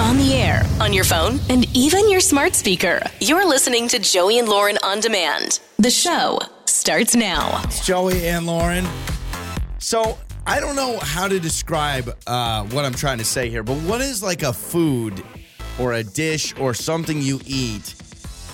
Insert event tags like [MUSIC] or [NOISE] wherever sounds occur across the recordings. On the air, on your phone, and even your smart speaker. You're listening to Joey and Lauren on demand. The show starts now. It's Joey and Lauren. So I don't know how to describe uh, what I'm trying to say here, but what is like a food or a dish or something you eat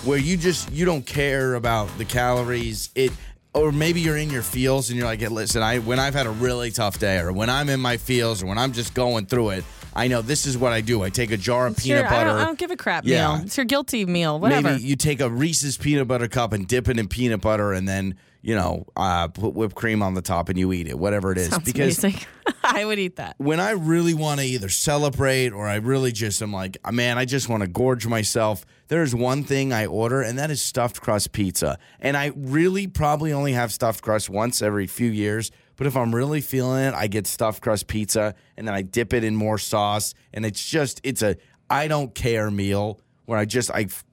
where you just you don't care about the calories? It or maybe you're in your feels and you're like, "Hey, listen, I when I've had a really tough day, or when I'm in my feels, or when I'm just going through it, I know this is what I do. I take a jar of peanut sure, I butter. don't, I don't give a crap Yeah. meal. It's your guilty meal, whatever. Maybe you take a Reese's peanut butter cup and dip it in peanut butter, and then you know uh, put whipped cream on the top, and you eat it. Whatever it is, Sounds because amazing. [LAUGHS] I would eat that. when I really want to either celebrate or I really just am like, "Ah, man, I just want to gorge myself. There is one thing I order, and that is stuffed crust pizza. And I really probably only have stuffed crust once every few years. But if I'm really feeling it, I get stuffed crust pizza, and then I dip it in more sauce, and it's just it's a I don't care meal where I just I f-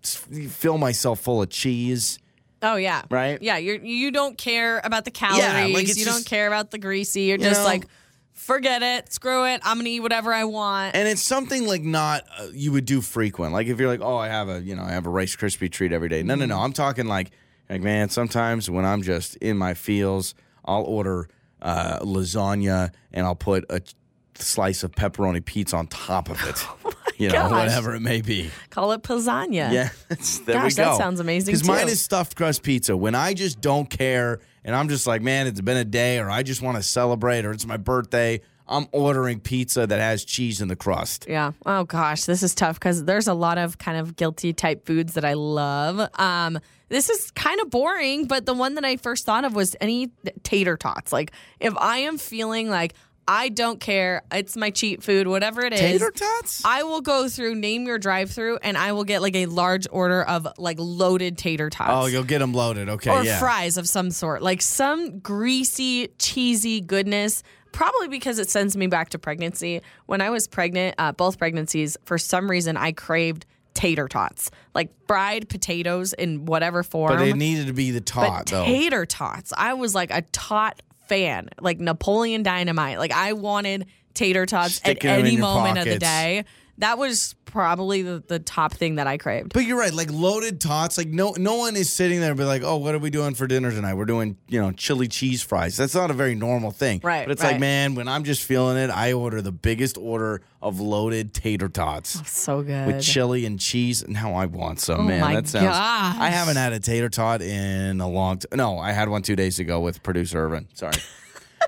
fill myself full of cheese. Oh yeah, Right? Yeah, you you don't care about the calories. like, it's you just- don't care about the greasy. You're You just know? like, forget it, screw it. I'm gonna eat whatever I want. and it's something like not uh, you would do frequent. Like if you're like, oh, I have a you know I have a Rice Krispie treat every day. No, no, Mm. no. I'm talking like like man. Sometimes when I'm just in my feels, I'll order uh, lasagna and I'll put a ch- slice of pepperoni pizza on top of [LAUGHS] it. you know, Oh gosh. whatever it may [LAUGHS] be. Call it lasagna. Yeah, it's- there Gosh, we go. that sounds amazing, Because mine too. is stuffed crust pizza. When I just don't care, and I'm just like, man, it's been a day, or I just want to celebrate, or it's my birthday. I'm ordering pizza that has cheese in the crust. Yeah. Oh gosh, this is tough because there's a lot of kind of guilty type foods that I love. Um, this is kind of boring, but the one that I first thought of was any tater tots. Like if I am feeling like I don't care, it's my cheat food, whatever it is. Tater tots? I will go through name your drive-through, and I will get like a large order of like loaded tater tots. Oh, you'll get them loaded. Okay, or yeah. fries of some sort, like some greasy, cheesy goodness. Probably because it sends me back to pregnancy. When I was pregnant, uh, both pregnancies, for some reason, I craved tater tots, like fried potatoes in whatever form. but it needed to be the tot But though. tater tots, I was like a tot fan, like Napoleon Dynamite. Like I wanted tater tots Sticking at 'em in any your moment of the pockets. day. That was probably the, the top thing that I craved. but you're right, like loaded tots. Like no, no one is sitting there and be like, "Oh, what are we doing for dinner tonight? We're doing, you know, chili cheese fries." That's not a very normal thing, Right, But it's like, right. man, when I'm just feeling it, I order the biggest order of loaded tater tots Oh, so good. Oh, with chili and cheese. Now I want some, man. my that sounds. gosh. I haven't had a tater tot in a long. time. No, I had one two days ago with producer Irvin. [LAUGHS] Sorry.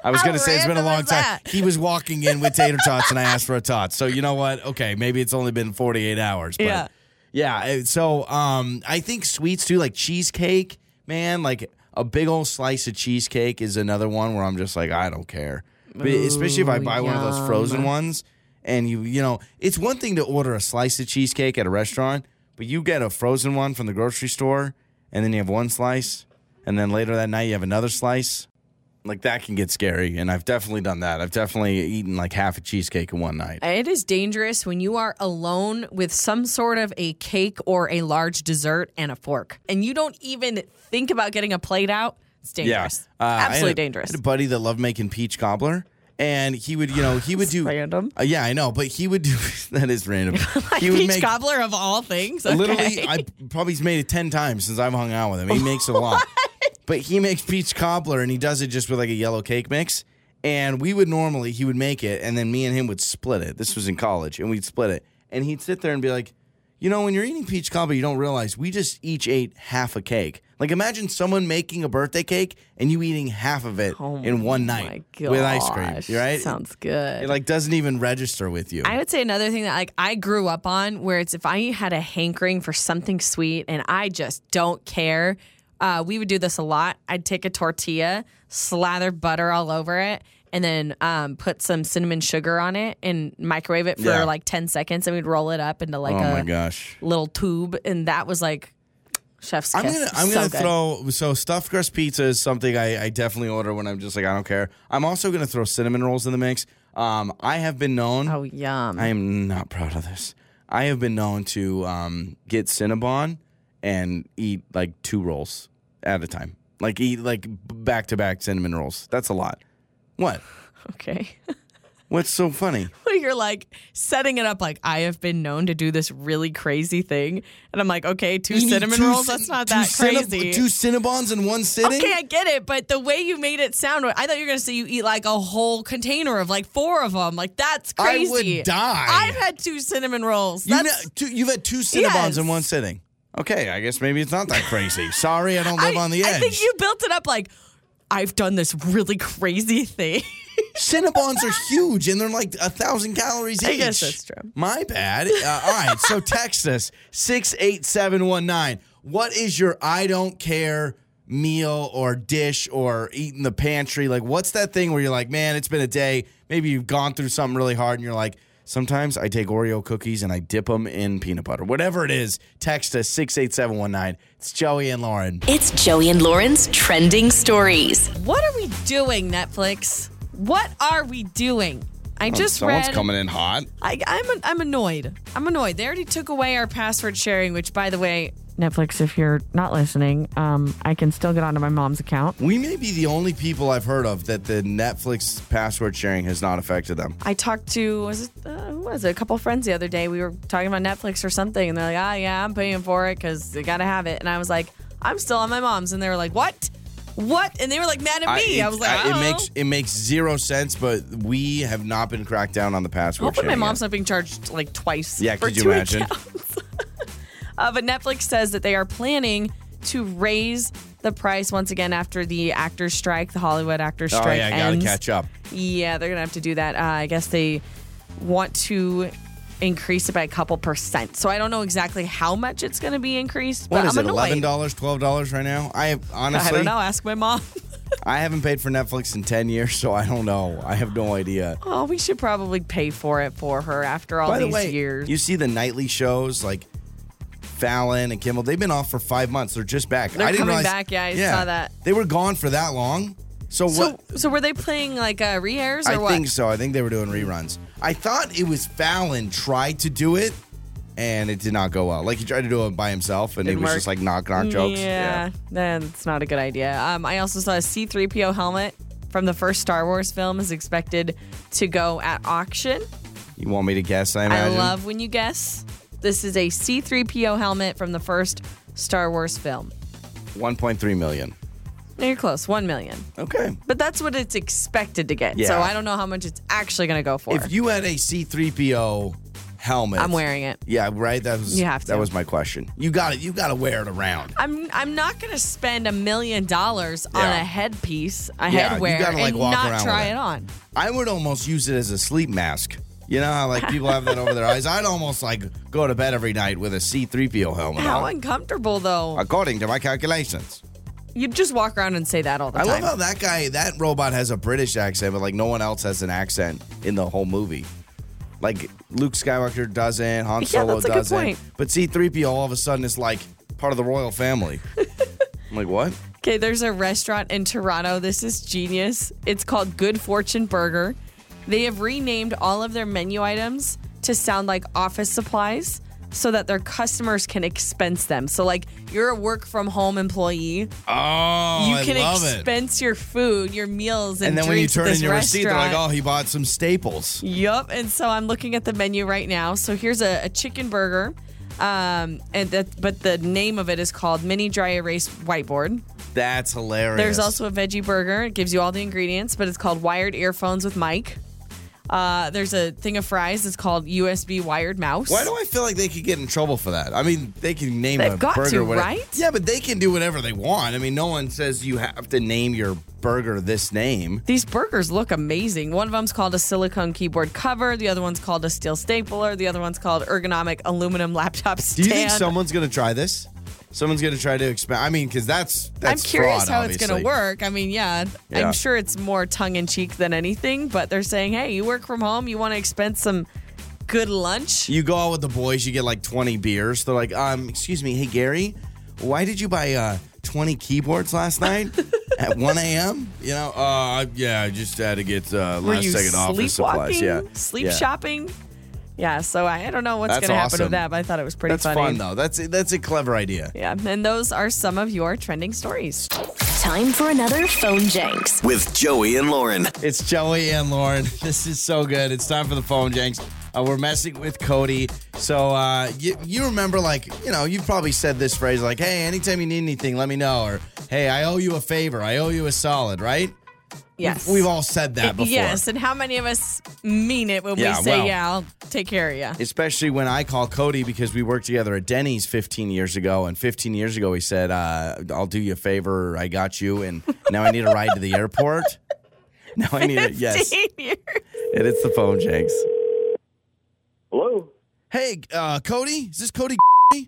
I was How going to say it's been a random long is time. that? [LAUGHS] He was walking in with tater tots, and I asked for a tot. So you know what? Okay, maybe it's only been forty eight hours. But Yeah. yeah. eh, So um, I think sweets too, like cheesecake. Man, like a big old slice of cheesecake is another one where I'm just like, I don't care. But especially if I Ooh, buy one of those yum. frozen ones, and you you know, it's one thing to order a slice of cheesecake at a restaurant, but you get a frozen one from the grocery store, and then you have one slice, and then later that night you have another slice. Like that can get scary, and I've definitely done that. I've definitely eaten like half a cheesecake in one night. It is dangerous when you are alone with some sort of a cake or a large dessert and a fork, and you don't even think about getting a plate out. It's dangerous. Yeah, Uh, I had Absolutely a- dangerous. I had a buddy that loved making peach cobbler, and he would, you know, he [LAUGHS] would do Random. Uh, yeah, I know, but he would do [LAUGHS] that is random. [LAUGHS] he would Peach make cobbler of all things. [LAUGHS] Okay. literally. I probably he's made it ten times since I've hung out with him. He makes a lot, but he makes peach cobbler, and he does it just with like a yellow cake mix. And we would normally he would make it, and then me and him would split it. This was in college, and we'd split it, and he'd sit there and be like. You know, when you're eating peach cobbler, you don't realize we just each ate half a cake. Like, imagine someone making a birthday cake and you eating half of it in one night Oh My with ice cream. gosh, You're Right? Sounds good. it like doesn't even register with you. I would say another thing that like I grew up on where it's if I had a hankering for something sweet and I just don't care, uh, we would do this a lot. I'd take a tortilla, slather butter all over it, and then um, put some cinnamon sugar on it and microwave it for Yeah. like ten seconds, and we'd roll it up into like oh my a gosh. little tube, and that was like chef's kiss. I'm gonna I'm So gonna good. throw so stuffed crust pizza is something I, I definitely order when I'm just like I don't care. I'm also gonna throw cinnamon rolls in the mix. Um, I have been known. Oh yum! I am not proud of this. I have been known to um, get Cinnabon and eat like two rolls at a time. Like eat like back to back cinnamon rolls. That's a lot. What? okay. What's so funny? [LAUGHS] where you're like setting it up like I have been known to do this really crazy thing. And I'm like, okay, two You need cinnamon two rolls, cin- that's not two that cinnab- crazy. two Cinnabons in one sitting? Okay, I get it, but the way you made it sound, I thought you were gonna say you eat like a whole container of like four of them. Like that's I crazy. would die. I've had two cinnamon rolls. You That's, have had two Cinnabons Yes. in one sitting. Okay, I guess maybe it's not that crazy. Sorry, I don't live I, on the edge. I think you built it up like I've done this really crazy thing. Cinnabons are huge, and they're like a thousand calories each. I guess that's true. My bad. Uh, all right, [LAUGHS] so text us six eight seven one nine. What is your I don't care meal or dish or eat in the pantry? Like, what's that thing where you're like, man, it's been a day. Maybe you've gone through something really hard, and you're like. Sometimes I take Oreo cookies and I dip them in peanut butter. Whatever it is, text us 68719. It's Joey and Lauren. It's Joey and Lauren's trending stories. What are we doing, Netflix? What are we doing? I just Oh, Someone's read. coming in hot. I, I'm I'm annoyed. I'm annoyed. They already took away our password sharing, which, by the way, Netflix. If you're not listening, um, I can still get onto my mom's account. We may be the only people I've heard of that the Netflix password sharing has not affected them. I talked to was it, uh, who was it? A couple friends the other day. We were talking about Netflix or something, and they're like, "Ah, yeah, I'm paying for it because they gotta have it." And I was like, "I'm still on my mom's," and they were like, "What? What?" And they were like mad at me. it, I was like, I- "Uh-huh." I it don't makes know." it makes zero sense, but we have not been cracked down on the password. Hopefully, my sharing mom's yet. not being charged like twice. Yeah, for could you two imagine? accounts. uh, but Netflix says that they are planning to raise the price once again after the actors' strike, the Hollywood actors' Oh strike yeah, I gotta ends. catch up. Yeah, they're gonna have to do that. Uh, I guess they want to increase it by a couple percent. So I don't know exactly how much it's gonna be increased. What but is I'm it? Eleven annoyed. dollars, twelve dollars right now? I have, I honestly, don't know. Ask my mom. [LAUGHS] I haven't paid for Netflix in ten years, so I don't know. I have no idea. oh, we should probably pay for it for her after all By the these way, years. you see the nightly shows like Fallon and Kimmel. They've been off for five months. They're just back. They're I didn't coming realize, back. Yeah, I saw that. They were gone for that long. So, so, what? so were they playing like uh, re-airs or I what? think so. I think they were doing reruns. I thought it was Fallon tried to do it, and it did not go well. Like he tried to do it by himself, and it Didn't was work. just like knock knock jokes. Yeah, that's not a good idea. Um, I also saw a C3PO helmet from the first Star Wars film is expected to go at auction. You want me to guess? I imagine. I love when you guess. This is a C3PO helmet from the first Star Wars film. 1.3 million. Now you're close, 1 million. Okay. But that's what it's expected to get. So Yeah. I don't know how much it's actually going to go for. If you had a C3PO helmet, I'm wearing it. Yeah, right. That was You have to. that was my question. You got it. You got to wear it around. I'm I'm not going to spend a million dollars on Yeah. a headpiece, a Yeah, you headwear, gotta, like, and walk not around try with it it. on. I would almost use it as a sleep mask. You know how like people have that over their eyes. I'd almost like go to bed every night with a C3PO helmet How on, uncomfortable though. according to my calculations. You just walk around and say that all the I time. love how that guy, that robot has a British accent, but like no one else has an accent in the whole movie. Like Luke Skywalker doesn't, Han Yeah, Solo that's a good doesn't. point. But C3PO all of a sudden is like part of the royal [LAUGHS] family. I'm like, what? Okay, there's a restaurant in Toronto. This is genius. It's called Good Fortune Burger. They have renamed all of their menu items to sound like office supplies so that their customers can expense them. So, like, you're a work from home employee. Oh, you I can love it. expense your food, your meals, and, And then when you drinks at turn in this your receipt, they're like, restaurant. oh, he bought some staples. Yup. And so I'm looking at the menu right now. So here's a, a chicken burger. Um, and that, but the name of it is called Mini Dry Erase Whiteboard. That's hilarious. There's also a veggie burger. It gives you all the ingredients, but it's called Wired Earphones with Mike. Uh, there's a thing of fries. It's called USB Wired Mouse. Why do I feel like they could get in trouble for that? I mean, they can name They've a got burger to, whatever. right? Yeah, but they can do whatever they want. I mean, no one says you have to name your burger this name. These burgers look amazing. One of them's called a silicone keyboard cover. The other one's called a steel stapler. The other one's called ergonomic aluminum laptop Do stand. you think someone's going to try this? Someone's going to try to expand. I mean, because that's I'm that's curious fraud, how it's going obviously. to work. I mean, yeah, Yeah. I'm sure it's more tongue in cheek than anything, but they're saying, hey, you work from home, you want to expense some good lunch? You go out with the boys, you get like 20 beers. They're like, um, excuse me, hey Gary, why did you buy uh 20 keyboards [LAUGHS] last night at 1 a.m.? You know, uh, yeah, I just had to get uh, Were last you second office supplies. sleepwalking? Yeah, Sleep Yeah. shopping? Yeah, so I, I don't know what's That's going to happen awesome. with that, but I thought it was pretty That's funny. fun though. That's that's a clever idea. Yeah, and those are some of your trending stories. Time for another phone janks. with Joey and Lauren. It's Joey and Lauren. [LAUGHS] This is so good. It's time for the phone janks. Uh, we're messing with Cody. So uh, you, you remember, like, you know, you've probably said this phrase, like, hey, anytime you need anything, let me know. Or, hey, I owe you a favor. I owe you a solid, right? Yes. We've all said that before. Yes, and how many of us mean it when Yeah, we say, well- "Yeah, I'll take care of you." especially when I call Cody because we worked together at Denny's 15 years ago. And 15 years ago, he said, uh, I'll do you a favor. I got you. And now I need a ride to the airport. [LAUGHS] Now I need it. [LAUGHS] Yes. And it's the phone janks. Hello. Hey, uh, Cody, is this Cody? Uh,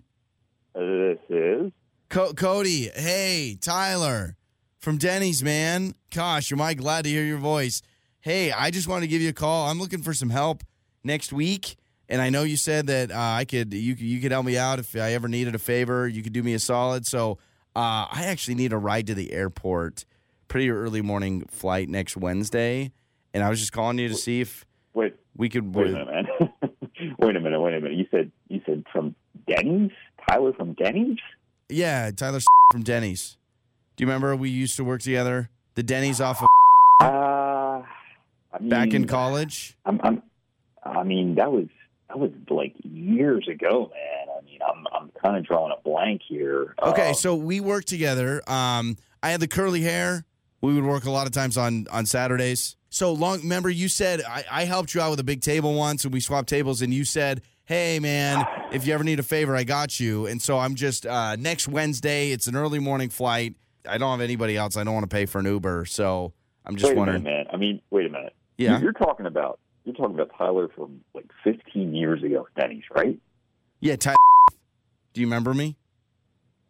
This is. Co- Cody, hey, Tyler from Denny's, man. Gosh, am I glad to hear your voice. Hey, I just wanted to give you a call. I'm looking for some help next week, and I know you said that uh, I could you could- you could help me out if I ever needed a favor. You could do me a solid. So uh, I actually need a ride to the airport, pretty early morning flight next Wednesday, and I was just calling you to see if Wait, we could. wait a minute, man. [LAUGHS] wait a minute, wait a minute. You said you said from Denny's, Tyler from Denny's. Yeah, Tyler from Denny's. Do you remember we used to work together? The Denny's off of Uh, I mean, back in college. I'm, I'm, I mean, that was that was like years ago, man. I mean, I'm I'm kind of drawing a blank here. Okay, Um, so we worked together. Um, I had the curly hair. We would work a lot of times on on Saturdays. So long. Remember, you said I, I helped you out with a big table once, and we swapped tables. And you said, "Hey, man, if you ever need a favor, I got you." And so I'm just uh, next Wednesday. It's an early morning flight. I don't have anybody else. I don't want to pay for an Uber, so I'm just wait a wondering. minute, man. I mean, wait a minute. You- Yeah, you're talking about you're talking about Tyler from like 15 years ago, at Denny's, right? yeah. Ty, do you remember me?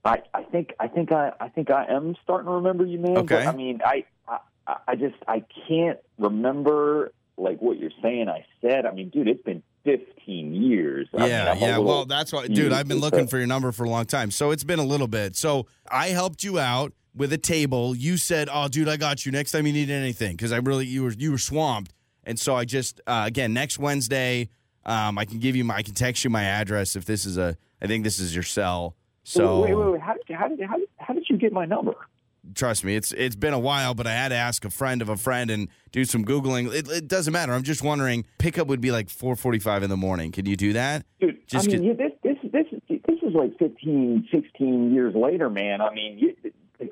I, I think I think I, I think I am starting to remember you, man. Okay. But, I mean, I, I I just I can't remember like what you're saying. I said. I mean, dude, it's been 15 years. I mean, Yeah, I'm a yeah. little- Well, that's why, dude. I've been looking for your number for a long time, so it's been a little bit. So I helped you out with a table. You said, "Oh, dude, I got you. Next time you need anything," because I really you were you were swamped, and so I just uh, again next Wednesday, um, I can give you my I can text you my address if this is a I think this is your cell. So wait, wait, wait. wait. How did you, how did how did, how did you get my number? trust me, it's it's been a while, but I had to ask a friend of a friend and do some googling. It, it doesn't matter. I'm just wondering. Pickup would be like 4:45 in the morning. Can you do that? Dude, Just I mean, get- you, this this this is this is like 15, 16 years later, man. I mean, you, like,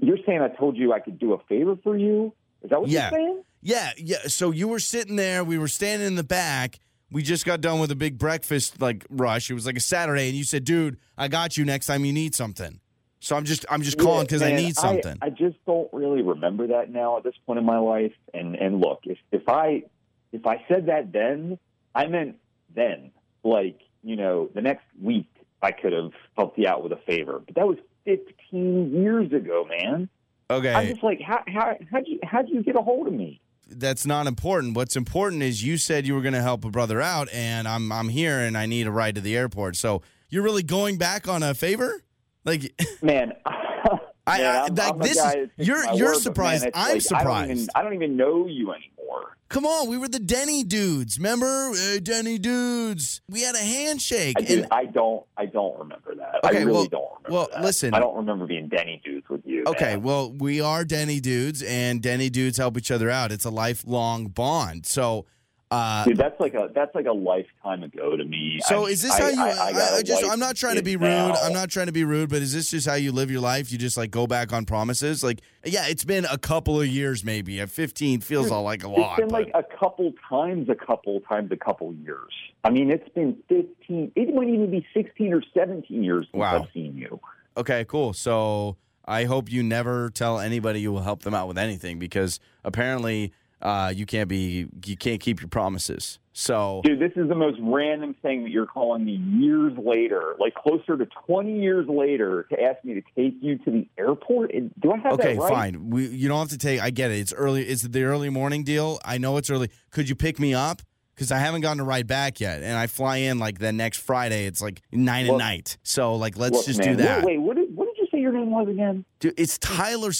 you're saying I told you I could do a favor for you. Is that what Yeah. you're saying? Yeah, yeah. So you were sitting there. We were standing in the back. We just got done with a big breakfast like rush. It was like a Saturday, and you said, "Dude, I got you next time you need something." So I'm just I'm just calling Yeah, because I man, need something. I, just don't really remember that now at this point in my life. And and look, if if I if I said that then, I meant then. Like you know, the next week I could have helped you out with a favor, but that was 15 years ago, man. I'm okay, just like, how how how'd you how'd you get a hold of me? that's not important. What's important is you said you were going to help a brother out, and I'm I'm here, and I need a ride to the airport. So you're really going back on a favor, like. [LAUGHS] Man, [LAUGHS] I- I- man, I'm- like, I'm a this guy is- that sticks you're- to my you're word, but, man, surprised. it's I'm like, I don't, even, surprised. I don't even know you anymore. Come on, we were the Denny dudes. Remember, uh, Denny dudes? We had a handshake. I, and- did, I don't. I don't remember that. Okay, I really well- don't remember. well, that. listen. I don't remember being Denny dudes with you. Okay, man. well, we are Denny dudes, and Denny dudes help each other out. It's a lifelong bond. So, uh, dude, that's like a that's like a lifetime ago to me. so I- is this I- how you? I, I, got a just, wife I'm not and trying to be kids rude. now. I'm not trying to be rude, but is this just how you live your life? You just like go back on promises? Like, yeah, it's been a couple of years, maybe. At 15 feels all like a It's lot. been but- like a couple times, a couple times, a couple years. I mean, it's been 15. It might even be 16 or 17 years since Wow. I've seen you. okay, cool. So I hope you never tell anybody you will help them out with anything because apparently uh, you can't be, you can't keep your promises. So. Dude, this is the most random thing that you're calling me years later, like closer to 20 years later, to ask me to take you to the airport. And Do I have Okay, that right? fine. We you don't have to take. I get it. It's early. It's the early morning deal. I know it's early. Could you pick me up? Because I haven't gotten to ride back yet, and I fly in like the next Friday. It's like nine Well- at night. So like, let's Look, just man, do that. Wait, wait, what did, what did you say your name was again? Dude, it's Tyler,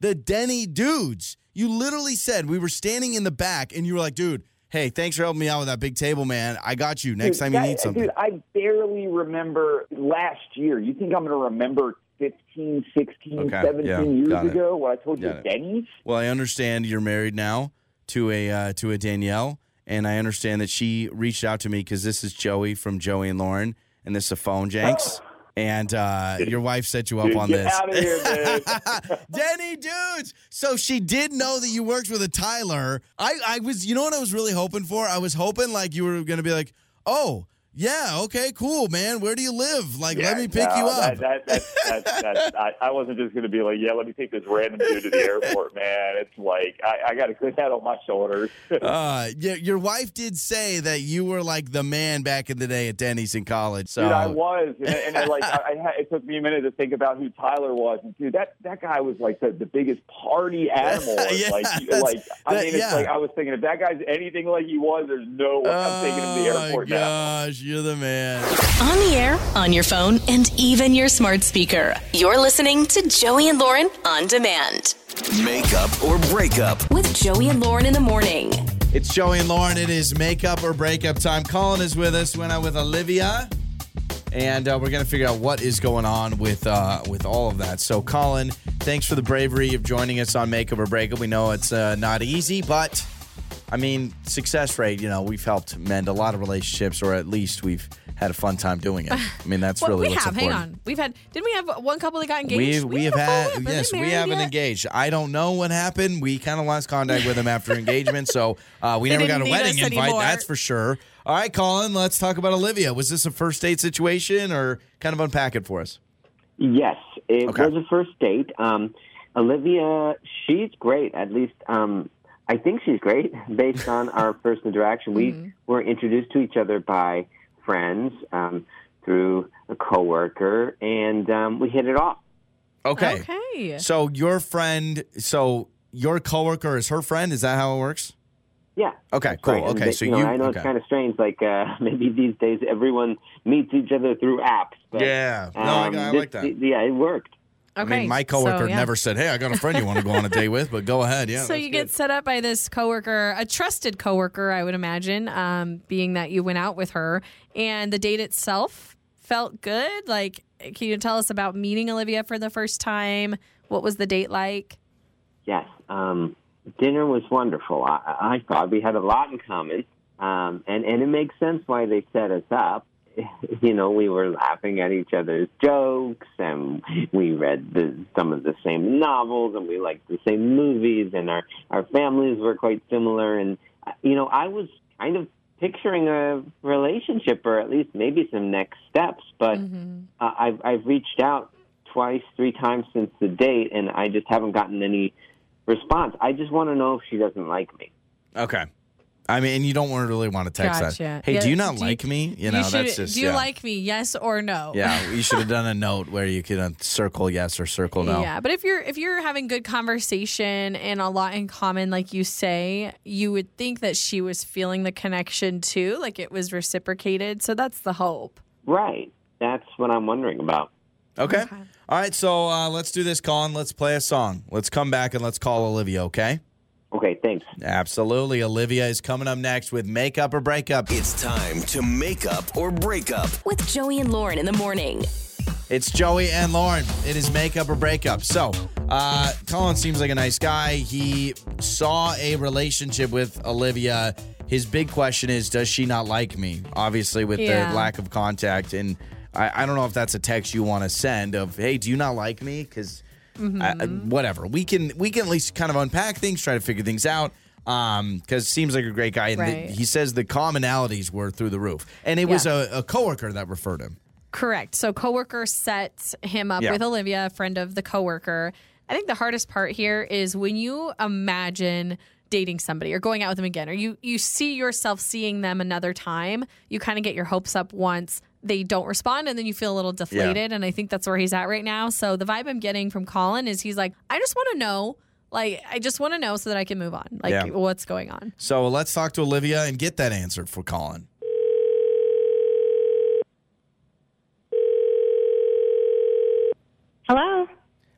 the Denny dudes. You literally said we were standing in the back, and you were like, "Dude, hey, thanks for helping me out with that big table, man. I got you. Next Dude, time you that- need something." Dude, I barely remember last year. You think I'm going to remember 15, 16, Okay, 17 yeah, years got it. ago when I told you Got it. Denny's. Well, I understand you're married now to a uh, to a Danielle, and I understand that she reached out to me because this is Joey from Joey and Lauren, and this is a phone janks. And uh, your wife set you up Dude, on get this. out [LAUGHS] of here, dude. Denny dudes. So she did know that you worked with a Tyler. I, I was, you know what I was really hoping for? I was hoping like you were going to be like, oh, yeah, okay, cool, man. Where do you live? Like, let Yeah, me pick no, you up. That, that, that, that, that, I, I wasn't just going to be like, yeah, let me take this random dude to the airport, man. It's like, I, I got to put [LAUGHS] that on my shoulders. uh, your, your wife did say that you were like the man back in the day at Denny's in college. So Dude, I was, and, and I, like, I, I, had- it took me a minute to think about who Tyler was, and dude, that that guy was like the, the biggest [LAUGHS] party animal. Yeah, like, that's- like I that- mean, it's yeah. like I was thinking if that guy's anything like he was, there's no way I'm taking him to the Oh, airport my now. gosh, you're the man. On the air, on your phone, and even your smart speaker. You're listening to Joey and Lauren on demand Makeup or breakup. with Joey and Lauren in the morning. It's Joey and Lauren. It is makeup or breakup time. Colin is with us. Went out with Olivia, and uh, we're gonna figure out what is going on with uh, with all of that. So, Colin, thanks for the bravery of joining us on makeup or breakup. We know it's uh, not easy, but I mean, success rate. You know, we've helped mend a lot of relationships, or at least we've had a fun time doing it. I mean, that's Well, really we what's have. important. Hang on. We've had. Didn't we have one couple that got We, engaged? we have had. had yes we haven't engaged. I don't know what happened. We kind of lost contact with him [LAUGHS] after engagement, so uh, we They never got a didn't need wedding us invite. anymore. That's for sure. All right, Colin, let's talk about Olivia. Was this a first date situation, or kind of unpack it for us? Yes, it Okay. was a first date. Um, Olivia, she's great. At least um, I think she's [LAUGHS] great based [LAUGHS] on our first interaction. We Mm-hmm. were introduced to each other by friends um, through a coworker, and um, we hit it off. Okay. Okay. So your friend, so your coworker is her friend. Is that how it works? Yeah. Okay, that's cool. right. And Okay, they- so you know, you- I know okay. it's kind of strange. Like uh, [LAUGHS] maybe these days everyone meets each other through apps. But, Yeah. No, I- um, I this- like that. Yeah, it worked. Okay. I mean, my so, coworker yeah. never said, "Hey, I got a friend you want to go on a date with," but go ahead. Yeah. [LAUGHS] so you get set up by this coworker, a trusted coworker, I would imagine, um, being that you went out with her, and the date itself felt good. Like, can you tell us about meeting Olivia for the first time? What was the date like? Yes. Um, dinner was wonderful. I, I I thought we had a lot in common. Um, and, and it makes sense why they set us up. [LAUGHS] You know, we were laughing at each other's jokes and we read the, some of the same novels and we liked the same movies and our, our families were quite similar. And, uh, you know, I was kind of picturing a relationship or at least maybe some next steps, but uh, I've, I've reached out twice, three times since the date, and I just haven't gotten any response. I just want to know if she doesn't like me. okay. I mean, and you don't wanna really want to text Gotcha. that. Hey, Yeah, do you not do you- like me? You know, should- that's just do you yeah. like me? Yes or no? [LAUGHS] Yeah, you should have done a note where you could uh, circle yes or circle no. Yeah, but if you're if you're having good conversation and a lot in common, like you say, you would think that she was feeling the connection too, like it was reciprocated. So that's the hope. Right. That's what I'm wondering about. Okay. All right, so uh, let's do this, Colin. Let's play a song. Let's come back and let's call Olivia, okay? Okay, thanks. Absolutely. Olivia is coming up next with Makeup or Breakup. It's time to make up or break up. With Joey and Lauren in the morning. It's Joey and Lauren. It is Makeup or Breakup. So, uh, Colin seems like a nice guy. He saw a relationship with Olivia. His big question is Does she not like me? Obviously, with Yeah. the lack of contact. And I, I don't know if that's a text you want to send of, Hey, do you not like me? Because. I- I- Mm-hmm. whatever. We can we can at least kind of unpack things, try to figure things out. Um, because seems like a great guy, and the- Right. he says the commonalities were through the roof, and it was Yeah. a, a coworker that referred him. Correct. So coworker set him up Yeah. with Olivia, a friend of the coworker. I think the hardest part here is when you imagine dating somebody or going out with them again, or you you see yourself seeing them another time. You kind of get your hopes up once they don't respond, and then you feel a little deflated. And I think that's where he's at right now. So the vibe I'm getting from Colin is he's like, I just want to know. Like I just want to know so that I can move on. Like Yeah. what's going on? So let's talk to Olivia and get that answered for Colin. Hello,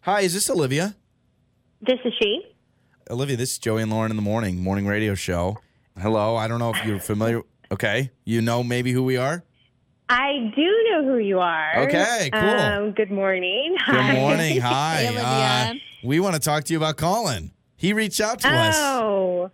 Hi, is this Olivia? this is she. Olivia, this is Joey and Lauren in the morning, morning radio show. Hello, I don't know if you're familiar. Okay, you know maybe who we are. I do know who you are. Okay, cool. Um, good morning. Good Hi. [LAUGHS] morning. Hi. Hey, Uh, Olivia. we want to talk to you about Colin. He reached out to us. Oh.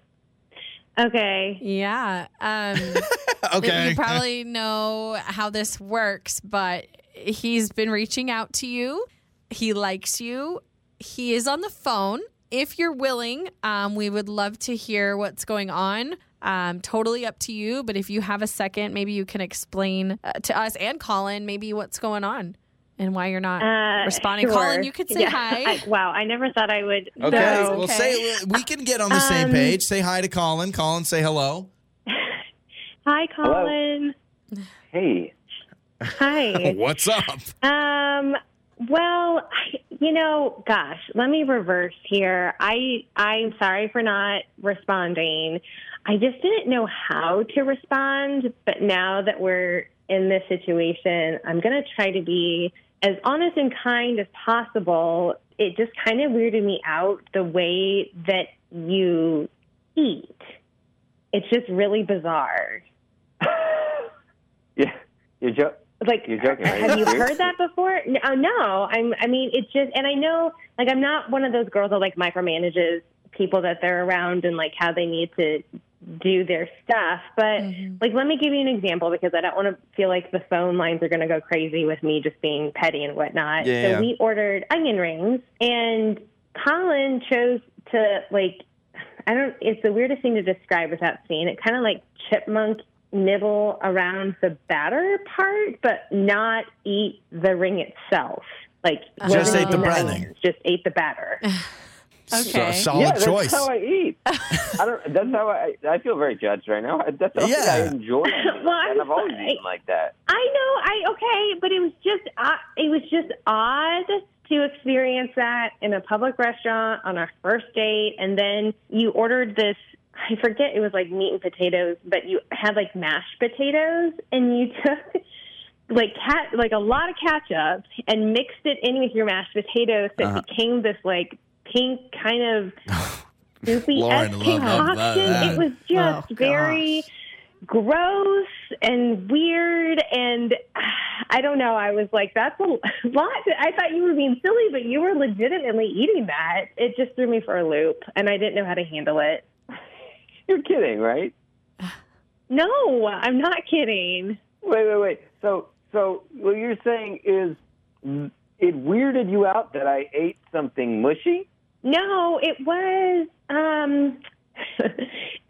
Okay. Yeah. Um, [LAUGHS] Okay. [LAUGHS] You probably know how this works, but he's been reaching out to you. He likes you. He is on the phone. If you're willing, um, we would love to hear what's going on. Um, totally up to you. But if you have a second, maybe you can explain uh, to us and Colin maybe what's going on and why you're not Uh, responding. sure. Colin, you could say Yeah. hi. I- wow, I never thought I would. Okay. So, Well, say we can get on the same Um, page. Say hi to Colin. Colin, say hello. hi, Colin. Hey, Hi. What's up? Um, well, I, you know, gosh, let me reverse here. I I'm sorry for not responding. I just didn't know how to respond, but now that we're in this situation, I'm going to try to be as honest and kind as possible. It just kind of weirded me out the way that you eat. It's just really bizarre. yeah, you're jo- like You're joking, right? have you Seriously? heard that before no, no i'm i mean it's just and i know like i'm not one of those girls that like micromanages people that they're around and like how they need to do their stuff but like let me give you an example because i don't want to feel like the phone lines are going to go crazy with me just being petty and whatnot Yeah, so yeah. we ordered onion rings and colin chose to like I don't. It's the weirdest thing to describe without seeing it. Kind of like chipmunk nibble around the batter part, but not eat the ring itself. Like Just wasn't ate the eating bread onions, ring. Just ate the batter. Okay. So- yeah, solid that's choice. how I [LAUGHS] eat. I don't. That's how I. I feel very judged right now. That's something Yeah. I [LAUGHS] enjoy. Well, I'm and I've always fine. eaten like that. I know. I okay, but it was just uh, it was just odd to experience that in a public restaurant on our first date, and then you ordered this. I forget it was like meat and potatoes, but you had like mashed potatoes, and you [LAUGHS] took like cat like a lot of ketchup and mixed it in with your mashed potatoes, so Uh-huh. it became this like pink kind of [LAUGHS] soupy Lauren, esque love, love, love concoction. that. It was just Oh, very gross and weird and [SIGHS] I don't know. I was like, that's a lot. I thought you were being silly, but you were legitimately eating that. It just threw me for a loop, and I didn't know how to handle it. You're kidding, right? No, I'm not kidding. Wait, wait, wait. So, so what you're saying is it weirded you out that I ate something mushy? No, it was. Um, [LAUGHS]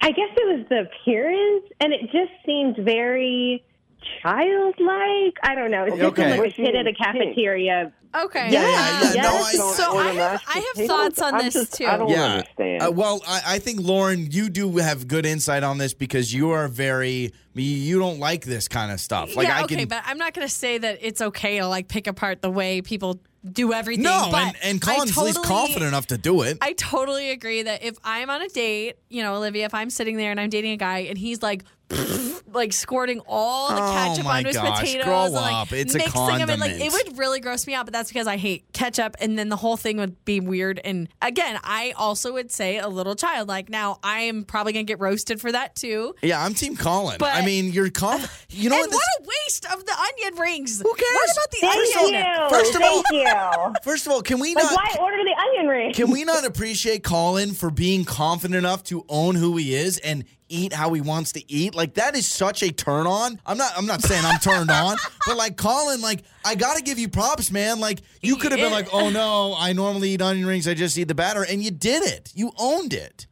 I guess it was the appearance, and it just seemed very childlike. I don't know. It just Okay. seemed like a kid at a Pink. cafeteria. Okay. Uh, Yeah, yeah, yeah, no, yes. I, Don't So order I have- mashed I have potatoes? thoughts on I'm this, just- too. I don't Yeah. understand. Uh, well, I, I think Lauren, you do have good insight on this because you are very you- you don't like this kind of stuff. [LAUGHS] Like yeah, I okay, can but I'm not gonna say that it's okay to like pick apart the way people do everything. no, but and, and I Colin's at least totally- confident enough to do it. I totally agree that if I'm on a date, you know, Olivia, if I'm sitting there and I'm dating a guy and he's like, [LAUGHS] like squirting all the Oh ketchup my onto his gosh, potatoes, grow and, like up. It's a mixing them, in, like it condiment. would really gross me out. But that's because I hate ketchup, and then the whole thing would be weird. And again, I also would say a little childlike. Now I am probably gonna get roasted for that too. yeah, I'm Team Colin. But- I mean, [LAUGHS] you're confident. You know what? and what This, a waste of the onion rings. Who cares? What about the Thank onion? you. first of all- [LAUGHS] Thank you. first of all, can we Like, not? why order the onion ring? Can we not appreciate Colin for being confident enough to own who he is and eat how he wants to eat? Like that is such a turn on. I'm not I'm not saying I'm turned [LAUGHS] on, but like Colin, like I gotta give you props, man. Like you could have been like, oh no, I normally eat onion rings, I just eat the batter, and you did it. You owned it.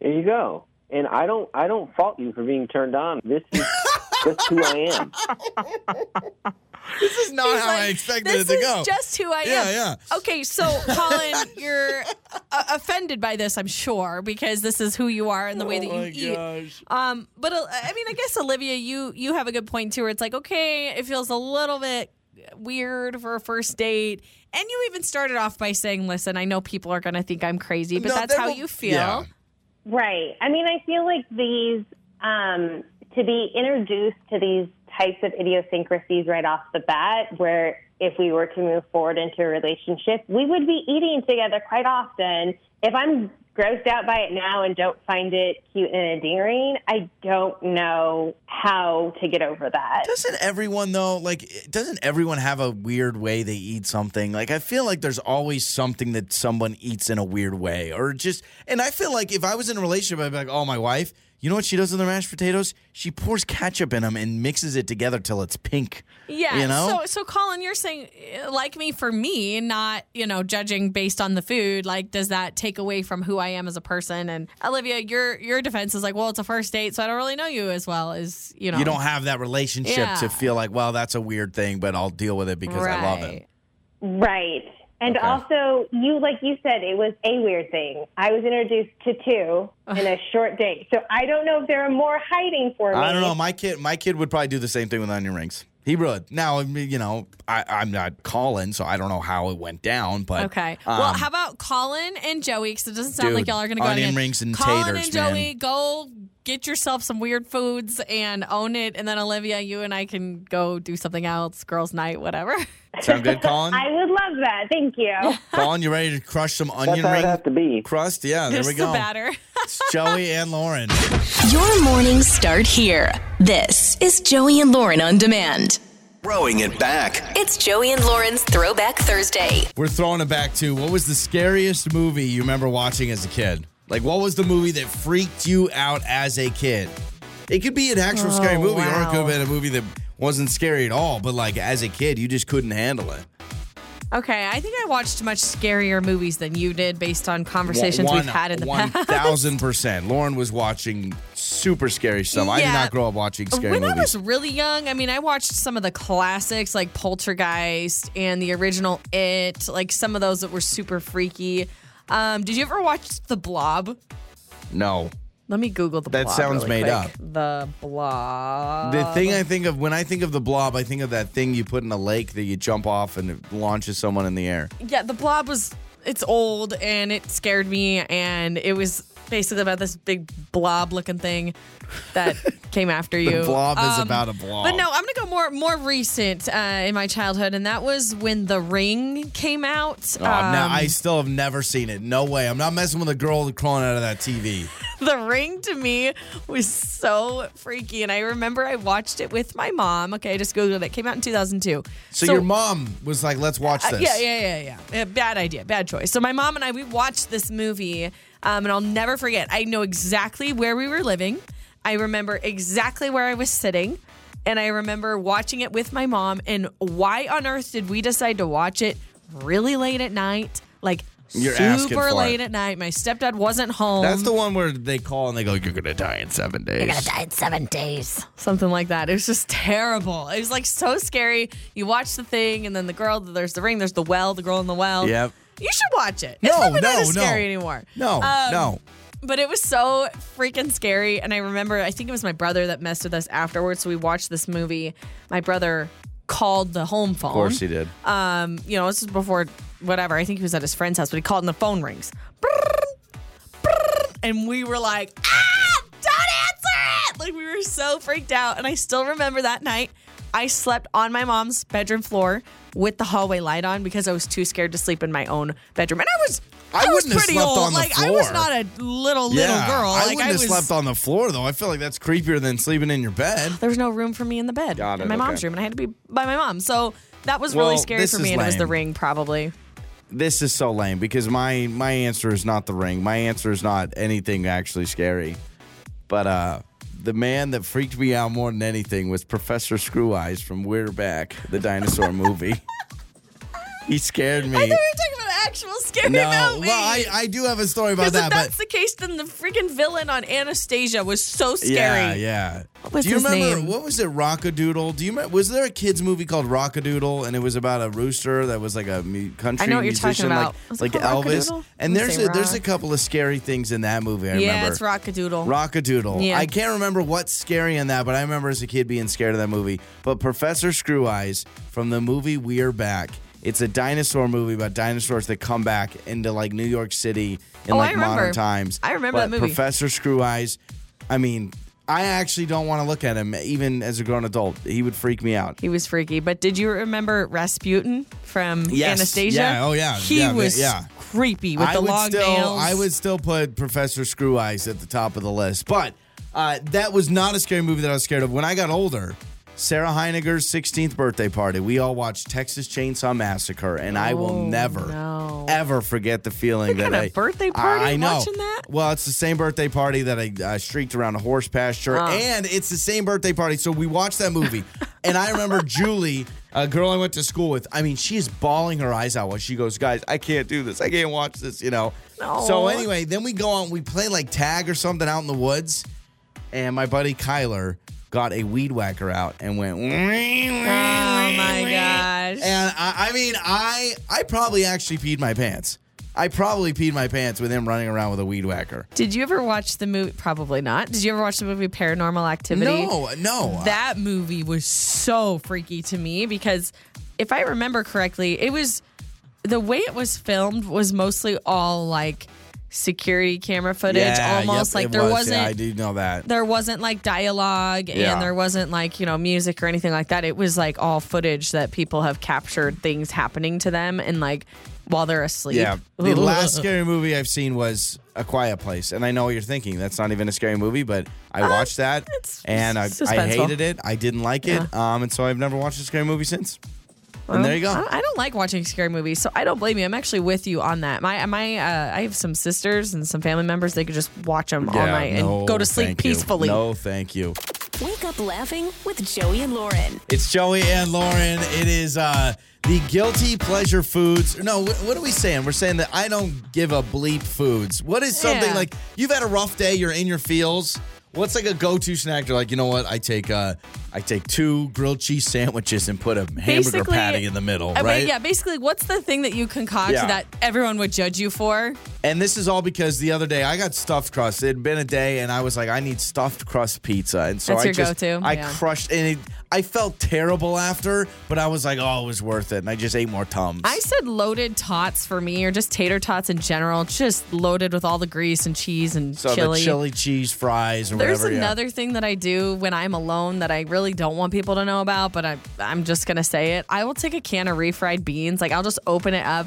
There you go. And I don't I don't fault you for being turned on. This [LAUGHS] is just who I am. This is not He's how I like, expected this it to is go. Just who I Yeah, am. yeah. Okay, so [LAUGHS] Colin, you're uh, offended by this, I'm sure, because this is who you are and the way Oh that you eat. Um, but uh, I mean, I guess Olivia, you you have a good point too, where it's like, okay, it feels a little bit weird for a first date, and you even started off by saying, "Listen, I know people are going to think I'm crazy, but No, that's they how will- you feel." yeah. Right. I mean, I feel like these, um, to be introduced to these types of idiosyncrasies right off the bat, where if we were to move forward into a relationship, we would be eating together quite often. If I'm grossed out by it now and don't find it cute and endearing, I don't know how to get over that. Doesn't everyone though? Like, doesn't everyone have a weird way they eat something? Like, I feel like there's always something that someone eats in a weird way, or just. And I feel like if I was in a relationship, I'd be like, "Oh, my wife, you know what she does with her mashed potatoes? She pours ketchup in them and mixes it together till it's pink." Yeah. you know. So, so Colin, you're saying eh, like me for me, not you know judging based on the food. Like, does that take away from who I am as a person? And Olivia, your your defense is like, well, it's a first date, so I don't really know you as well as you know. you don't have that relationship Yeah. to feel like, well, that's a weird thing, but I'll deal with it because I love it. Right. Right. And Okay. also, you like you said, it was a weird thing. I was introduced to two in a short date, so I don't know if there are more hiding for me. I don't know. My kid, my kid would probably do the same thing with onion rings. He would. Now, I mean, you know, I, I'm not calling, so I don't know how it went down, but Okay. um, well, how about Colin and Joey? Because it doesn't sound like Dude, y'all are going to go onion again. rings and Colin taters, and Joey, man. go get yourself some weird foods and own it. And then Olivia, you and I can go do something else, girls' night, whatever. [LAUGHS] sound good, [LAUGHS] Colin? I would love that. Thank you. Colin, you ready to crush some That's onion how it ring has to be. crust? Yeah, there [LAUGHS] Just we go. the batter. [LAUGHS] It's Joey and Lauren. Your mornings start here. This is Joey and Lauren on demand. Throwing it back. It's Joey and Lauren's Throwback Thursday. We're throwing it back to what was the scariest movie you remember watching as a kid? Like, what was the movie that freaked you out as a kid? It could be an actual scary movie, or it could have Oh, wow. been a movie that wasn't scary at all, but like as a kid, you just couldn't handle it. Okay, I think I watched much scarier movies than you did based on conversations One- we've had in the past. 1000%. Lauren was watching super scary stuff. I did Yeah. not grow up watching scary [LAUGHS] when movies. I was really young, I mean, I watched some of the classics like Poltergeist and the original It, like some of those that were super freaky. Um, did you ever watch The Blob? no. Let me Google The That Blob. sounds made really quick. up. The Blob. The thing I think of when I think of the blob, I think of that thing you put in a lake that you jump off and it launches someone in the air. yeah, The Blob was, it's old and it scared me. And it was basically about this big blob looking thing [LAUGHS] that came after you. The blob is Um, about a blob. But no, I'm gonna go more more recent uh, in my childhood, and that was when The Ring came out. Uh, Oh, now, um, I still have never seen it. No way. I'm not messing with a girl crawling out of that TV. [LAUGHS] the Ring to me was so freaky, and I remember I watched it with my mom. Okay, I just googled it. Came out in 2002. So, your mom was like, let's watch Uh, this. Yeah, yeah, yeah, yeah, yeah. Bad idea, bad choice. So my mom and I we watched this movie, um, and I'll never forget. I know exactly where we were living. I remember exactly where I was sitting, and I remember watching it with my mom. And why on earth did we decide to watch it really late at night? Like You're asking super for late it. at night. My stepdad wasn't home. That's the one where they call and they go, you're going to die in seven days. something like that. It was just [LAUGHS] terrible. It was like so scary. You watch the thing, and then the girl, there's the ring, there's the well, the girl in the well. Yep. You should watch it. No, it's probably no, not as scary no. anymore. No, Um, no. But it was so freaking scary. And I remember, I think it was my brother that messed with us afterwards. So we watched this movie. My brother called the home phone. Of course he did. Um, you know, this is before whatever. I think he was at his friend's house, but he called and the phone rings. And we were like, ah, don't answer it. Like we were so freaked out. And I still remember that night. I slept on my mom's bedroom floor with the hallway light on because I was too scared to sleep in my own bedroom. And I was I I, was wouldn't have pretty slept old. on the like I was floor. not a little Yeah. little girl. I like wouldn't have was slept on the floor, though. I feel like that's creepier than sleeping in your bed. there was no room for me in the bed Got in it, my okay. mom's room, and I had to be by my mom. So that was Well, really scary this for is me, and it was the lame. ring probably. This is so lame because my my answer is not the ring. My answer is not anything actually scary. But uh the man that freaked me out more than anything was Professor Screw Eyes from We're Back, the dinosaur [LAUGHS] movie. He scared me. I thought we were talking about an actual scary no, movie. well, I, I do have a story about because that, if but that's the case, then the freaking villain on Anastasia was so scary. yeah, yeah. was do you his remember name? what was it? Rockadoodle. Do you remember? Was there a kids movie called Rockadoodle, and it was about a rooster that was like a mu- country I know what you're talking musician, about. Was it like, like called Elvis? Rockadoodle? And I'm gonna there's say a, there's rock. a couple of scary things in that movie. I Yeah, remember. it's Rockadoodle. Rockadoodle. Yeah. I can't remember what's scary in that, but I remember as a kid being scared of that movie. But Professor Screw Eyes from the movie We're Back. It's a dinosaur movie about dinosaurs that come back into like New York City in Oh, I like modern remember. times. I remember But that movie. Professor Screw Eyes. I mean, I actually don't want to look at him, even as a grown adult. He would freak me out. He was freaky. But did you remember Rasputin from Yes. Anastasia? Yeah. Oh, yeah. He Yeah, was yeah. creepy with the would long still, nails. I would still put Professor Screw Eyes at the top of the list, but uh, that was not a scary movie that I was scared of. When I got older, Sarah Heinegger's 16th birthday party, we all watched Texas Chainsaw Massacre, and I will Oh, never, no. ever forget the feeling What that kind of I birthday party I, I know. watching that? Well, it's the same birthday party that I uh, streaked around a horse pasture, and it's the same birthday party. So we watched that movie, and I remember Julie, a girl I went to school with. I mean, she is bawling her eyes out while she goes, "Guys, I can't do this. I can't watch this." You know. So anyway, then we go on. We play like tag or something out in the woods, and my buddy Kyler got a weed whacker out and went. [LAUGHS] oh my gosh. And I, I mean, I I probably actually peed my pants. I probably peed my pants with him running around with a weed whacker. Did you ever watch the movie? Probably not. Did you ever watch the movie Paranormal Activity? No, no. That movie was so freaky to me because if I remember correctly, it was the way it was filmed was mostly all like security camera footage almost yep, like it there was. wasn't Yeah, I do know that. there wasn't like dialogue Yeah. and there wasn't like you know music or anything like that it was like all footage that people have captured things happening to them and like while they're asleep [LAUGHS] Yeah. The last scary movie I've seen was A Quiet Place. And I know what you're thinking. That's not even a scary movie, but I watched that Uh, it's and I, suspenseful. I hated it. I didn't like it. Um, and so I've never watched a scary movie since. and there you go. I don't, I don't like watching scary movies, so I don't blame you. I'm actually with you on that. My my uh, I have some sisters and some family members. They could just watch them all Yeah, night no, and go to sleep thank you. peacefully. No, thank you. Wake up laughing with Joey and Lauren. It's Joey and Lauren. It is uh, the guilty pleasure foods. No, wh- what are we saying? We're saying that I don't give a bleep foods. What is something Yeah. like you've had a rough day, you're in your feels. What's like a go-to snack? You're like, you know what? I take uh, I take two grilled cheese sandwiches and put a hamburger Basically- patty in the middle, I mean, right? yeah, basically, what's the thing that you concoct Yeah. that everyone would judge you for? And this is all because the other day I got stuffed crust. It had been a day, and I was like, I need stuffed crust pizza. And so That's I your just go-to, I yeah. crushed, and it, I felt terrible after, but I was like, oh, it was worth it. And I just ate more tums. I said loaded tots for me, or just tater tots in general, just loaded with all the grease and cheese and So chili. the chili cheese fries or There's whatever. yeah. another thing that I do when I'm alone that I really don't want people to know about, but I, I'm just going to say it. I will take a can of refried beans. Like, I'll just open it up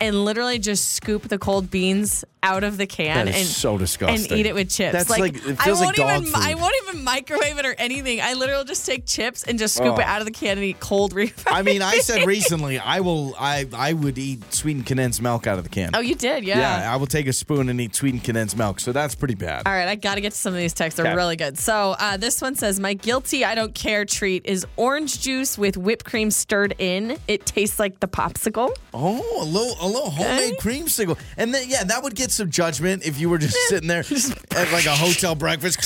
and literally just scoop the cold beans out of the can That is and so disgusting. and eat it with chips. That's like- it I feels like won't dog even food. I won't even microwave it or anything. I literally just take chips and just scoop Oh. it out of the can and eat cold [LAUGHS] refried. I mean, I [LAUGHS] said recently, I will, I, I would eat sweetened condensed milk out of the can. Oh, you did, yeah. yeah. I will take a spoon and eat sweetened condensed milk. So that's pretty bad. All right, I got to get to some of these texts. They're Okay. really good. So uh, this one says, "My guilty I don't care treat is orange juice with whipped cream stirred in. It tastes like the popsicle." Oh, a little, a little homemade creamsicle, and then yeah, that would get some judgment if you were just sitting [LAUGHS] there at like a hotel breakfast.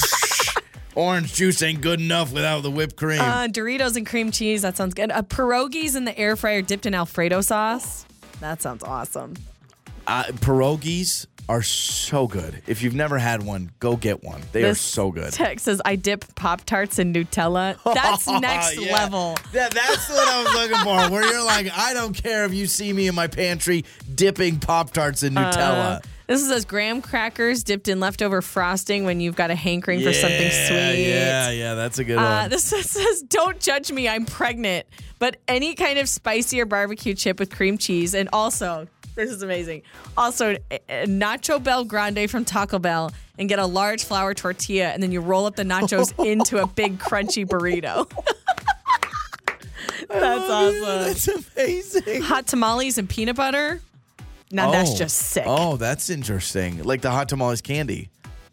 [LAUGHS] Orange juice ain't good enough without the whipped cream. Uh, Doritos and cream cheese. That sounds good. Uh, pierogies in the air fryer dipped in Alfredo sauce. That sounds awesome. Uh, pierogies are so good. If you've never had one, go get one. They are This so good. Text says, "I dip Pop Tarts in [LAUGHS] Nutella. That's next Uh, Yeah. level." Yeah, that's what I was looking for. Where you're like, I don't care if you see me in my pantry dipping Pop Tarts in Nutella. This is says graham crackers dipped in leftover frosting when you've got a hankering for something sweet. Yeah, yeah, that's a good Uh, one. this [LAUGHS] one says, "Don't judge me. I'm pregnant." But any kind of spicy or barbecue chip with cream cheese, and also this is amazing. Also, a- a nacho bel grande from Taco Bell, and get a large flour tortilla, and then you roll up [LAUGHS] the nachos into a big crunchy burrito. [LAUGHS] That's awesome. [LAUGHS] That's amazing. Hot tamales and peanut butter. Now that's Oh. just sick. Oh, that's interesting. Like the hot tamales candy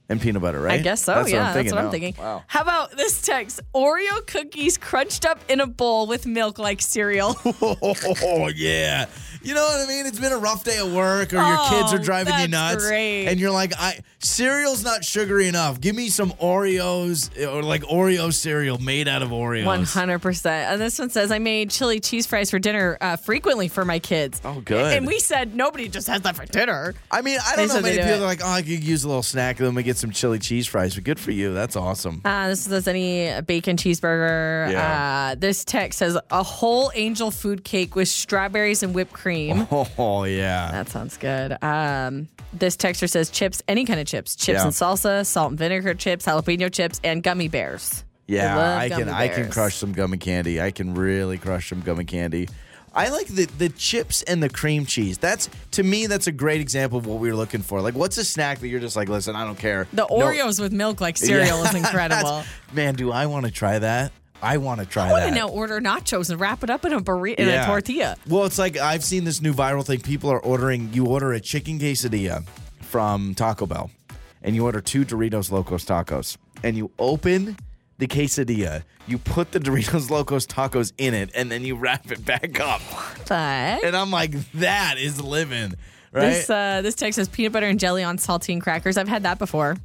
and peanut butter, right? I guess so. eh? That's yeah, what I'm thinking. that's what I'm now. thinking. Wow. [LAUGHS] How about this text? Oreo cookies crunched up in a bowl with milk like cereal. [LAUGHS] Oh yeah. You know what I mean? It's been a rough day at work, or Oh, your kids are driving you that's nuts, great. and you're like, "I cereal's not sugary enough. Give me some Oreos or like Oreo cereal made out of Oreos." One hundred percent. And this one says, "I made chili cheese fries for dinner uh, frequently for my kids." Oh, good. And we said nobody just has that for dinner. I mean, I They don't know said they many do people it. that are like, "Oh, I could use a little snack, and then we get some chili cheese fries." But good for you. That's awesome. Uh, this says any bacon cheeseburger. Yeah. Uh, this text says a whole angel food cake with strawberries and whipped cream. [LAUGHS] Oh yeah. That sounds good. Um, this texture says chips, any kind of chips, chips Yeah. and salsa, salt and vinegar chips, jalapeno chips, and gummy bears. I Yeah, love I can gummy I can bears. crush some gummy candy. I can really crush some gummy candy. I like the the chips and the cream cheese. That's to me that's a great example of what we were looking for. Like what's a snack that you're just like, "Listen, I don't care." The No- Oreos with milk like cereal [LAUGHS] Yeah. [LAUGHS] is incredible. Man, do I want to try that? I want to try I want that. to now order nachos and wrap it up in a burrito in a Yeah. tortilla. Well, it's like I've seen this new viral thing. People are ordering, you order a chicken quesadilla from Taco Bell, and you order two Doritos Locos Tacos, and you open the quesadilla, you put the [LAUGHS] Doritos Locos Tacos in it, and then you wrap it back up. But And I'm like, that is living, right? this uh, this text says peanut butter and jelly on saltine crackers. I've had that before.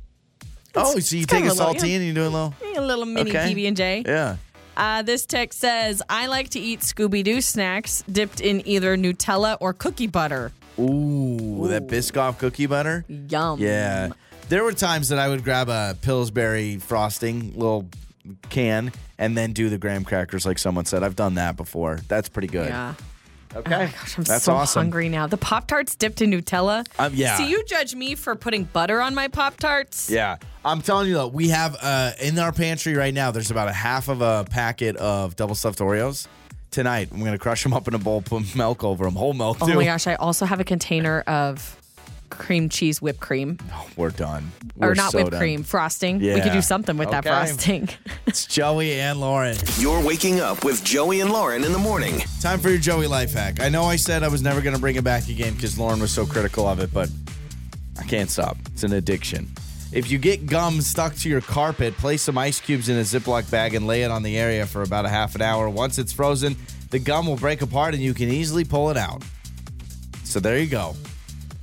oh, so you it's take a kinda low, yeah. saltine and you do a little. A little mini Okay. PB and J. Yeah. Uh, this text says, I like to eat Scooby Doo snacks dipped in either Nutella or cookie butter. Ooh, that Biscoff cookie butter. Yum. Yeah. There were times that I would grab a Pillsbury frosting little can and then do the graham crackers like someone said. I've done that before. That's pretty good. Yeah. Oh Okay. I'm That's so awesome. hungry now. The Pop Tarts dipped in Nutella. Um, yeah. See, you judge me for putting butter on my Pop Tarts. Yeah. I'm telling you though, we have uh, in our pantry right now, there's about a half of a packet of double stuffed Oreos. Tonight, I'm going to crush them up in a bowl, put milk over them, whole milk, Oh too. my gosh, I also have a container of cream cheese whipped cream. We're done. or We're not so whipped done. cream, frosting. We could Yeah. do something with that Okay. frosting. [LAUGHS] It's Joey and Lauren. You're waking up with Joey and Lauren in the morning. Time for your Joey life hack. I know I said I was never going to bring it back again because Lauren was so critical of it, but I can't stop. It's an addiction. If you get gum stuck to your carpet, place some ice cubes in a Ziploc bag and lay it on the area for about a half an hour. Once it's frozen, the gum will break apart and you can easily pull it out. So there you go.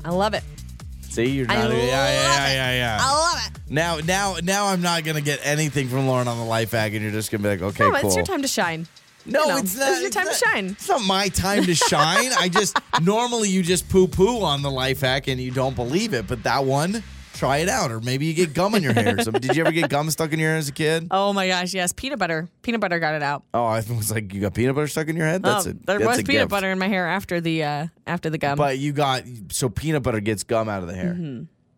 I love it. See, you're not. I love yeah, yeah, it. yeah, yeah. I love it. Now, now, now, I'm not gonna get anything from Lauren on the life hack, and you're just gonna be like, okay, No, cool. it's your time to shine. No, You know, it's not. It's your time it's to not- shine. It's not my time to shine. I [LAUGHS] just normally you just poo poo on the life hack and you don't believe it, but that one, try it out. Or maybe you get gum in your hair. So, did you ever get gum stuck in your hair as a kid? Oh my gosh, yes, peanut butter. Peanut butter got it out. Oh, I was like, you got peanut butter stuck in your head. That's Oh, a there that's was a peanut gift. butter in my hair after the uh, after the gum. Mm-hmm. but you got so peanut butter gets gum out of the hair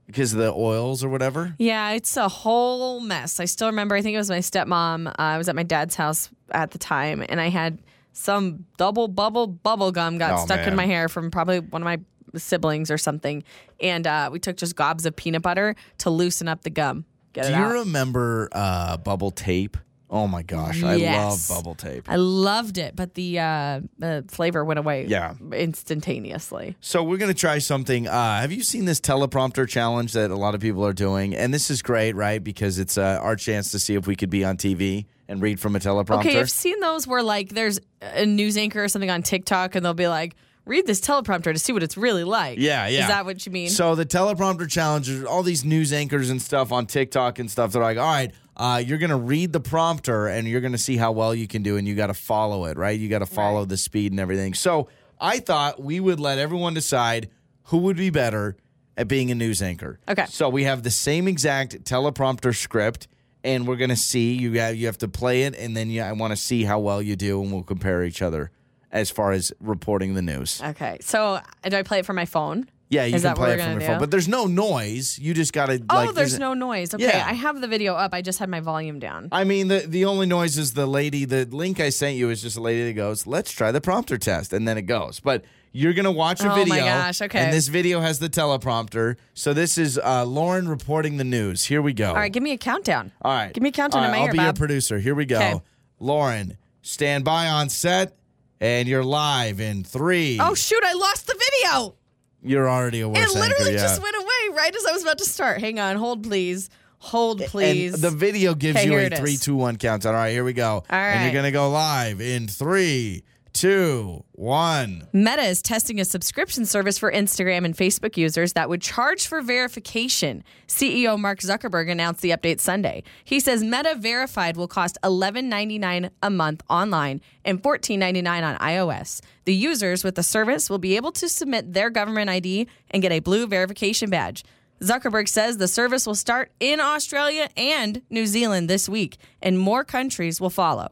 because of the oils or whatever. yeah, it's a whole mess. I still remember. I think it was my stepmom. Uh, I was at my dad's house at the time, and I had some double bubble bubble gum got Oh, stuck in man. my hair from probably one of my siblings or something. And uh, we took just gobs of peanut butter to loosen up the gum. Get Do it you out. remember uh, bubble tape? Oh my gosh, I love Yes. bubble tape. I loved it, but the uh, uh, flavor went away. Yeah. instantaneously. So we're gonna try something. Uh, have you seen this teleprompter challenge that a lot of people are doing? And this is great, right? Because it's uh, our chance to see if we could be on TV and read from a teleprompter. Okay, I've seen those where like there's a news anchor or something on TikTok and they'll be like, read this teleprompter to see what it's really like. Yeah, yeah. Is that what you mean? So the teleprompter challenge is all these news anchors and stuff on TikTok and stuff. They're like, all right, uh, you're going to read the prompter and you're going to see how well you can do, and you got to follow it, right? You got to follow the speed and everything. So I thought we would let everyone decide who would be better at being a news anchor. Okay. So we have the same exact teleprompter script. And we're gonna see you. Have, you have to play it, and then you, I want to see how well you do, and we'll compare each other as far as reporting the news. okay, so uh, do I play it from my phone? Yeah, you Is can that what play we're it from gonna your phone, do? but there's no noise. You just gotta. Oh, like, there's no noise. Okay, Yeah. I have the video up. I just had my volume down. I mean, the the only noise is the lady. The link I sent you is just a lady that goes, "Let's try the prompter test," and then it goes. But you're gonna watch a Oh my video. gosh, okay. And this video has the teleprompter. So this is uh, Lauren reporting the news. Here we go. All right, give me a countdown. All right. give me a countdown All in right, my I'll ear, be your Bob. producer. Here we go. 'Kay. Lauren, stand by on set, and you're live in three. oh shoot, I lost the video. you're already a worse It anchor, literally yeah. just went away right as I was about to start. Hang on, hold please, hold please. And the video gives Okay, you here a it is. three, two, one countdown. All right, here we go. All And right. you're gonna go live in three, two, one. Meta is testing a subscription service for Instagram and Facebook users that would charge for verification. CEO Mark Zuckerberg announced the update Sunday. He says Meta Verified will cost $11.99 a month online and $14.99 on iOS. The users with the service will be able to submit their government ID and get a blue verification badge. Zuckerberg says the service will start in Australia and New Zealand this week, and more countries will follow.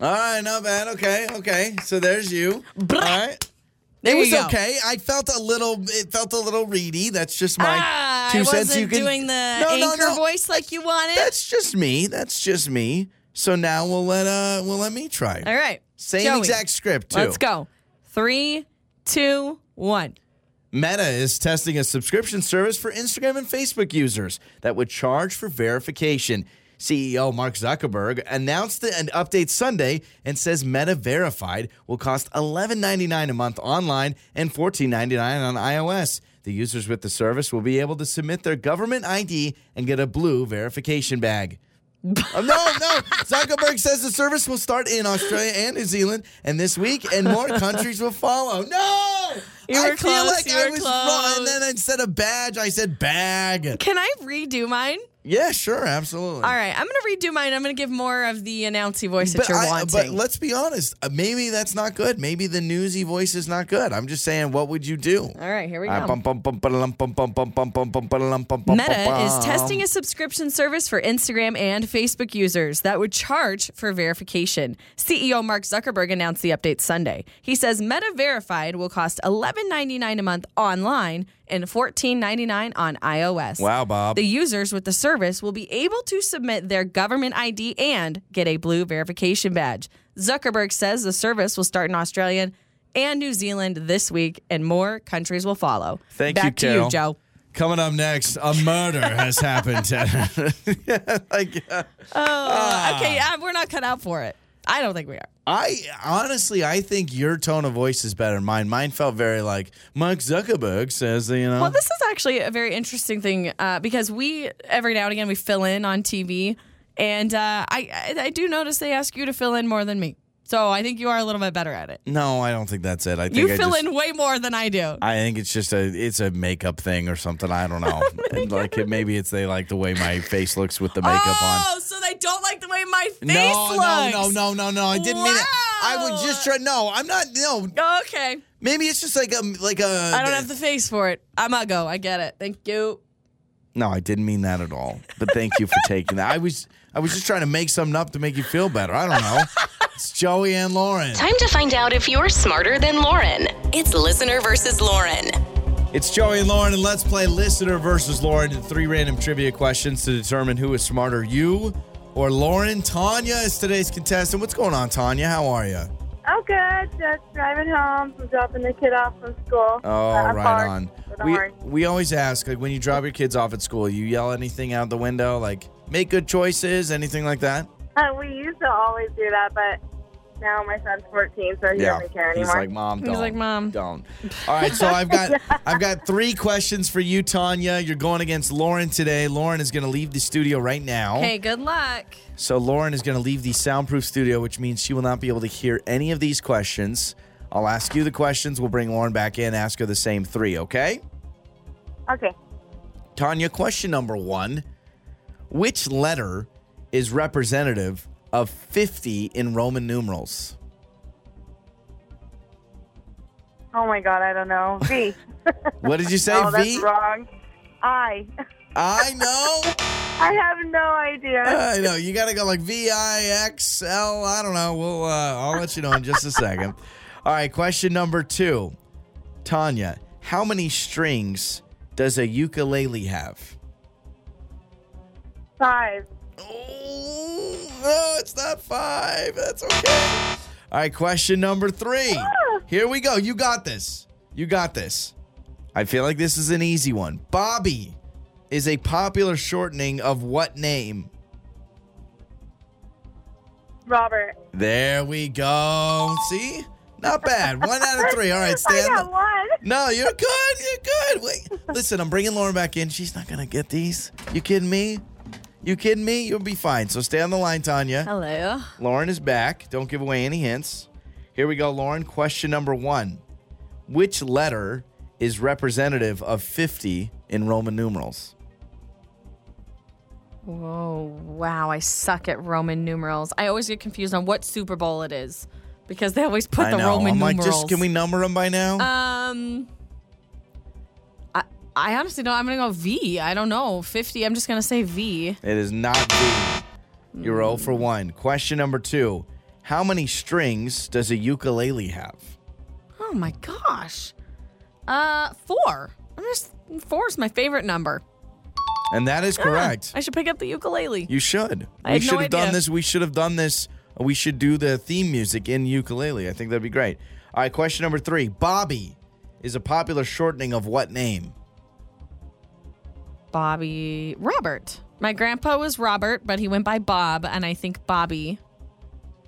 All right, not bad. Okay, okay. So there's you. All right. There it was you go. okay. I felt a little. It felt a little reedy. That's just my Ah, two I cents. wasn't you can, doing the No, no, anchor no. voice like you wanted. That's just me. That's just me. So now we'll let uh we'll let me try. it. All right. Same Joey, exact script too. Let's go. Three, two, one. Meta is testing a subscription service for Instagram and Facebook users that would charge for verification. CEO Mark Zuckerberg announced an update Sunday and says Meta Verified will cost $11.99 a month online and $14.99 on iOS. The users with the service will be able to submit their government ID and get a blue verification bag. Oh, no, no. Zuckerberg says the service will start in Australia and New Zealand, and this week, and more countries will follow. No! You I were feel close, like you I were was wrong. And close. then instead of badge, I said bag. Can I redo mine? Yeah, sure, absolutely. All right. I'm going to redo mine. I'm going to give more of the announcy voice that But, you're I- but wanting. let's be honest. uh, Maybe that's not good. Maybe the newsy voice is not good. I'm just saying, what would you do? All right. Here we go. Uh, bum, bum, bum, ba-da-lum, bum, bum, bum, bum, bum, bum, ba-da-lum, bum, bum, bum, Meta is bum. testing a subscription service for Instagram and Facebook users that would charge for verification. CEO Mark Zuckerberg announced the update Sunday. He says Meta Verified will cost $11.99 a month online and $14.99 on iOS. Wow, Bob. The users with the service will be able to submit their government ID and get a blue verification badge. Zuckerberg says the service will start in Australia and New Zealand this week, and more countries will follow. Thank you, Back to Carol. you, Joe. Coming up next, a murder has [LAUGHS] happened. Like, uh, Uh, okay, yeah, we're not cut out for it. I don't think we are. I honestly, I think your tone of voice is better than mine. Mine felt very like Mark Zuckerberg says, you know. Well, this is actually a very interesting thing uh, because we every now and again we fill in on TV, and uh, I, I I do notice they ask you to fill in more than me. So I think you are a little bit better at it. no, I don't think that's it. I think You I fill just- in way more than I do. I think it's just a it's a makeup thing or something. I don't [LAUGHS] Oh know. And like it, maybe it's they like the way my face looks with the makeup oh, so they don't like the way my face on. No, looks. no, no, no, no, no. I didn't mean it. I Wow. would just try. No, I'm not. No, Okay, maybe it's just like a like a. I don't have the face for it. I'm a go. I get it. Thank you. No, I didn't mean that at all. But thank you for taking that. I was I was just trying to make something up to make you feel better. I don't [LAUGHS] know. It's Joey and Lauren. Time to find out if you're smarter than Lauren. It's listener versus Lauren. It's Joey and Lauren, and let's play listener versus Lauren. Three random trivia questions to determine who is smarter, you or Lauren. Tanya is today's contestant. What's going on, Tanya? How are you? Oh, good. Just driving home, from dropping the kid off from school. Oh, Uh, right parked on. with a We, horn. we always ask, like, when you drop your kids off at school, you yell anything out the window, like, make good choices, anything like that? Uh, we used to always do that, but now my son's 14, so he doesn't care He's anymore. like, Mom, He's don't. like, "Mom." Don't. All right, so I've [LAUGHS] got I've got three questions for you, Tanya. You're going against Lauren today. Lauren is gonna leave the studio right now. Okay, good luck. So Lauren is going to leave the soundproof studio, which means she will not be able to hear any of these questions. I'll ask you the questions. We'll bring Lauren back in, ask her the same three, okay? okay. Tanya, question number one Which letter is representative of 50 in Roman numerals? Oh, my God. I don't know. [LAUGHS] V. What did you say, [LAUGHS] oh, that's V? wrong. I. [LAUGHS] I know. I have no idea. I know. Uh, You got to go like V I X L. I don't know. We'll. Uh, I'll let you know in just a second. All right. Question number two, Tanya. How many strings does a ukulele have? Five. Oh, no, it's not five. That's okay. Ah. All right. Question number three. Here we go. You got this. You got this. I feel like this is an easy one. Bobby is a popular shortening of what name? Robert. There we go. See? Not bad. One out of three. All right, I stand got up. one. No, you're good. You're good. Wait. Listen, I'm bringing Lauren back in. She's not going to get these. You kidding me? You kidding me? You'll be fine. So stay on the line, Tanya. Hello. Lauren is back. Don't give away any hints. Here we go, Lauren. Question number one Which letter is representative of 50 in Roman numerals? Whoa, Oh, wow. I suck at Roman numerals. I always get confused on what Super Bowl it is because they always put I the know. Roman I'm like, numerals. just can we number them by now? Um, I, I honestly don't. I'm going to go V. I don't know. 50. I'm just going to say V. It is not B. You're 0 Mm. for 1. Question number 2. How many strings does a ukulele have? Huh. Oh my gosh. Uh, four. I'm just four is my favorite number. And that is correct. Ah, I should pick up the ukulele. You should. I we had no should have done idea. this. We should have done this. We should do the theme music in ukulele. I think that'd be great. All right, question number three. Bobby is a popular shortening of what name? Bobby Robert. My grandpa was Robert, but he went by Bob, and I think Bobby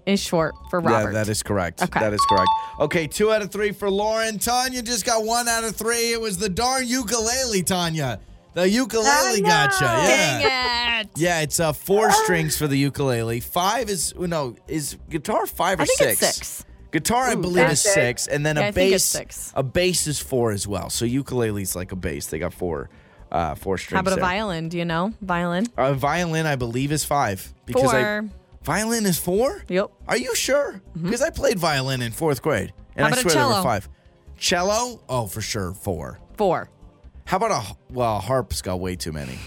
is short for Robert. Yeah, that is correct. Okay. That is correct. Okay, two out of three for Lauren. Tanya just got one out of three. It was the darn ukulele, Tanya. The ukulele gotcha. Yeah. Dang it. Yeah, it's uh, Ah. four strings for the ukulele. Five is oh, no, is guitar five or I think six? it's six. Guitar, I believe, is that's it. six, and then Yeah, a I bass. think it's six. A bass is four as well. So ukuleles like a bass. They got four, uh, four strings. How about a there. violin? Do you know violin? A violin, I believe, is five. Because I, Four. violin is four. Yep. Are you sure? Because I played violin in fourth grade, and How I about a swear there were cello? five. Cello, oh for sure, four. Four. How about a h- well, a harp's got way too many.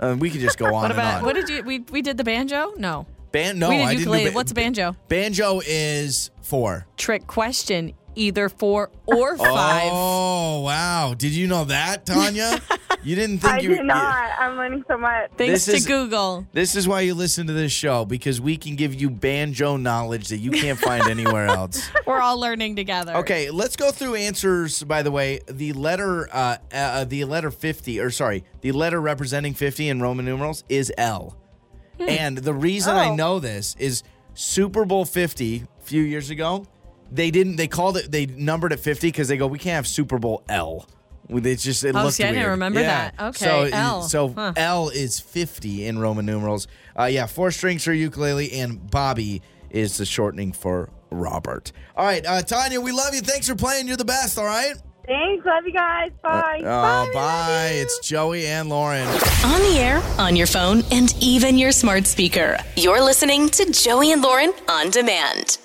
Uh, we could just [LAUGHS] go on What and about on. Uh, what did you we we did the banjo? No. Ban- no, we did I didn't do ukulele. ba- What's a banjo? Banjo is four. Trick question. Either four or five. Oh wow! Did you know that, [LAUGHS] Tanya? you didn't think I you. did not. I'm learning so much. this Thanks to is- Google. This is why you listen to this show because we can give you banjo knowledge that you can't [LAUGHS] find anywhere else. We're all learning together. Okay, let's go through answers. By the way, the letter, uh, uh, the letter fifty, or sorry, the letter representing fifty in Roman numerals is L. Hmm. And the reason I Oh. know this is Super Bowl fifty a few years ago, they didn't. They called it. They numbered it fifty because they go, we can't have Super Bowl L. It's just it Oh, looked see, I didn't weird. remember Yeah. that. Okay, so, L. So Huh. L is fifty in Roman numerals. Uh, yeah, four strings for ukulele, and Bobby is the shortening for Robert. All right, uh, Tanya, we love you. Thanks for playing. You're the best. All right. Thanks. Love you guys. Bye. Uh, we love bye. you. It's Joey and Lauren. On the air, on your phone, and even your smart speaker. You're listening to Joey and Lauren on demand.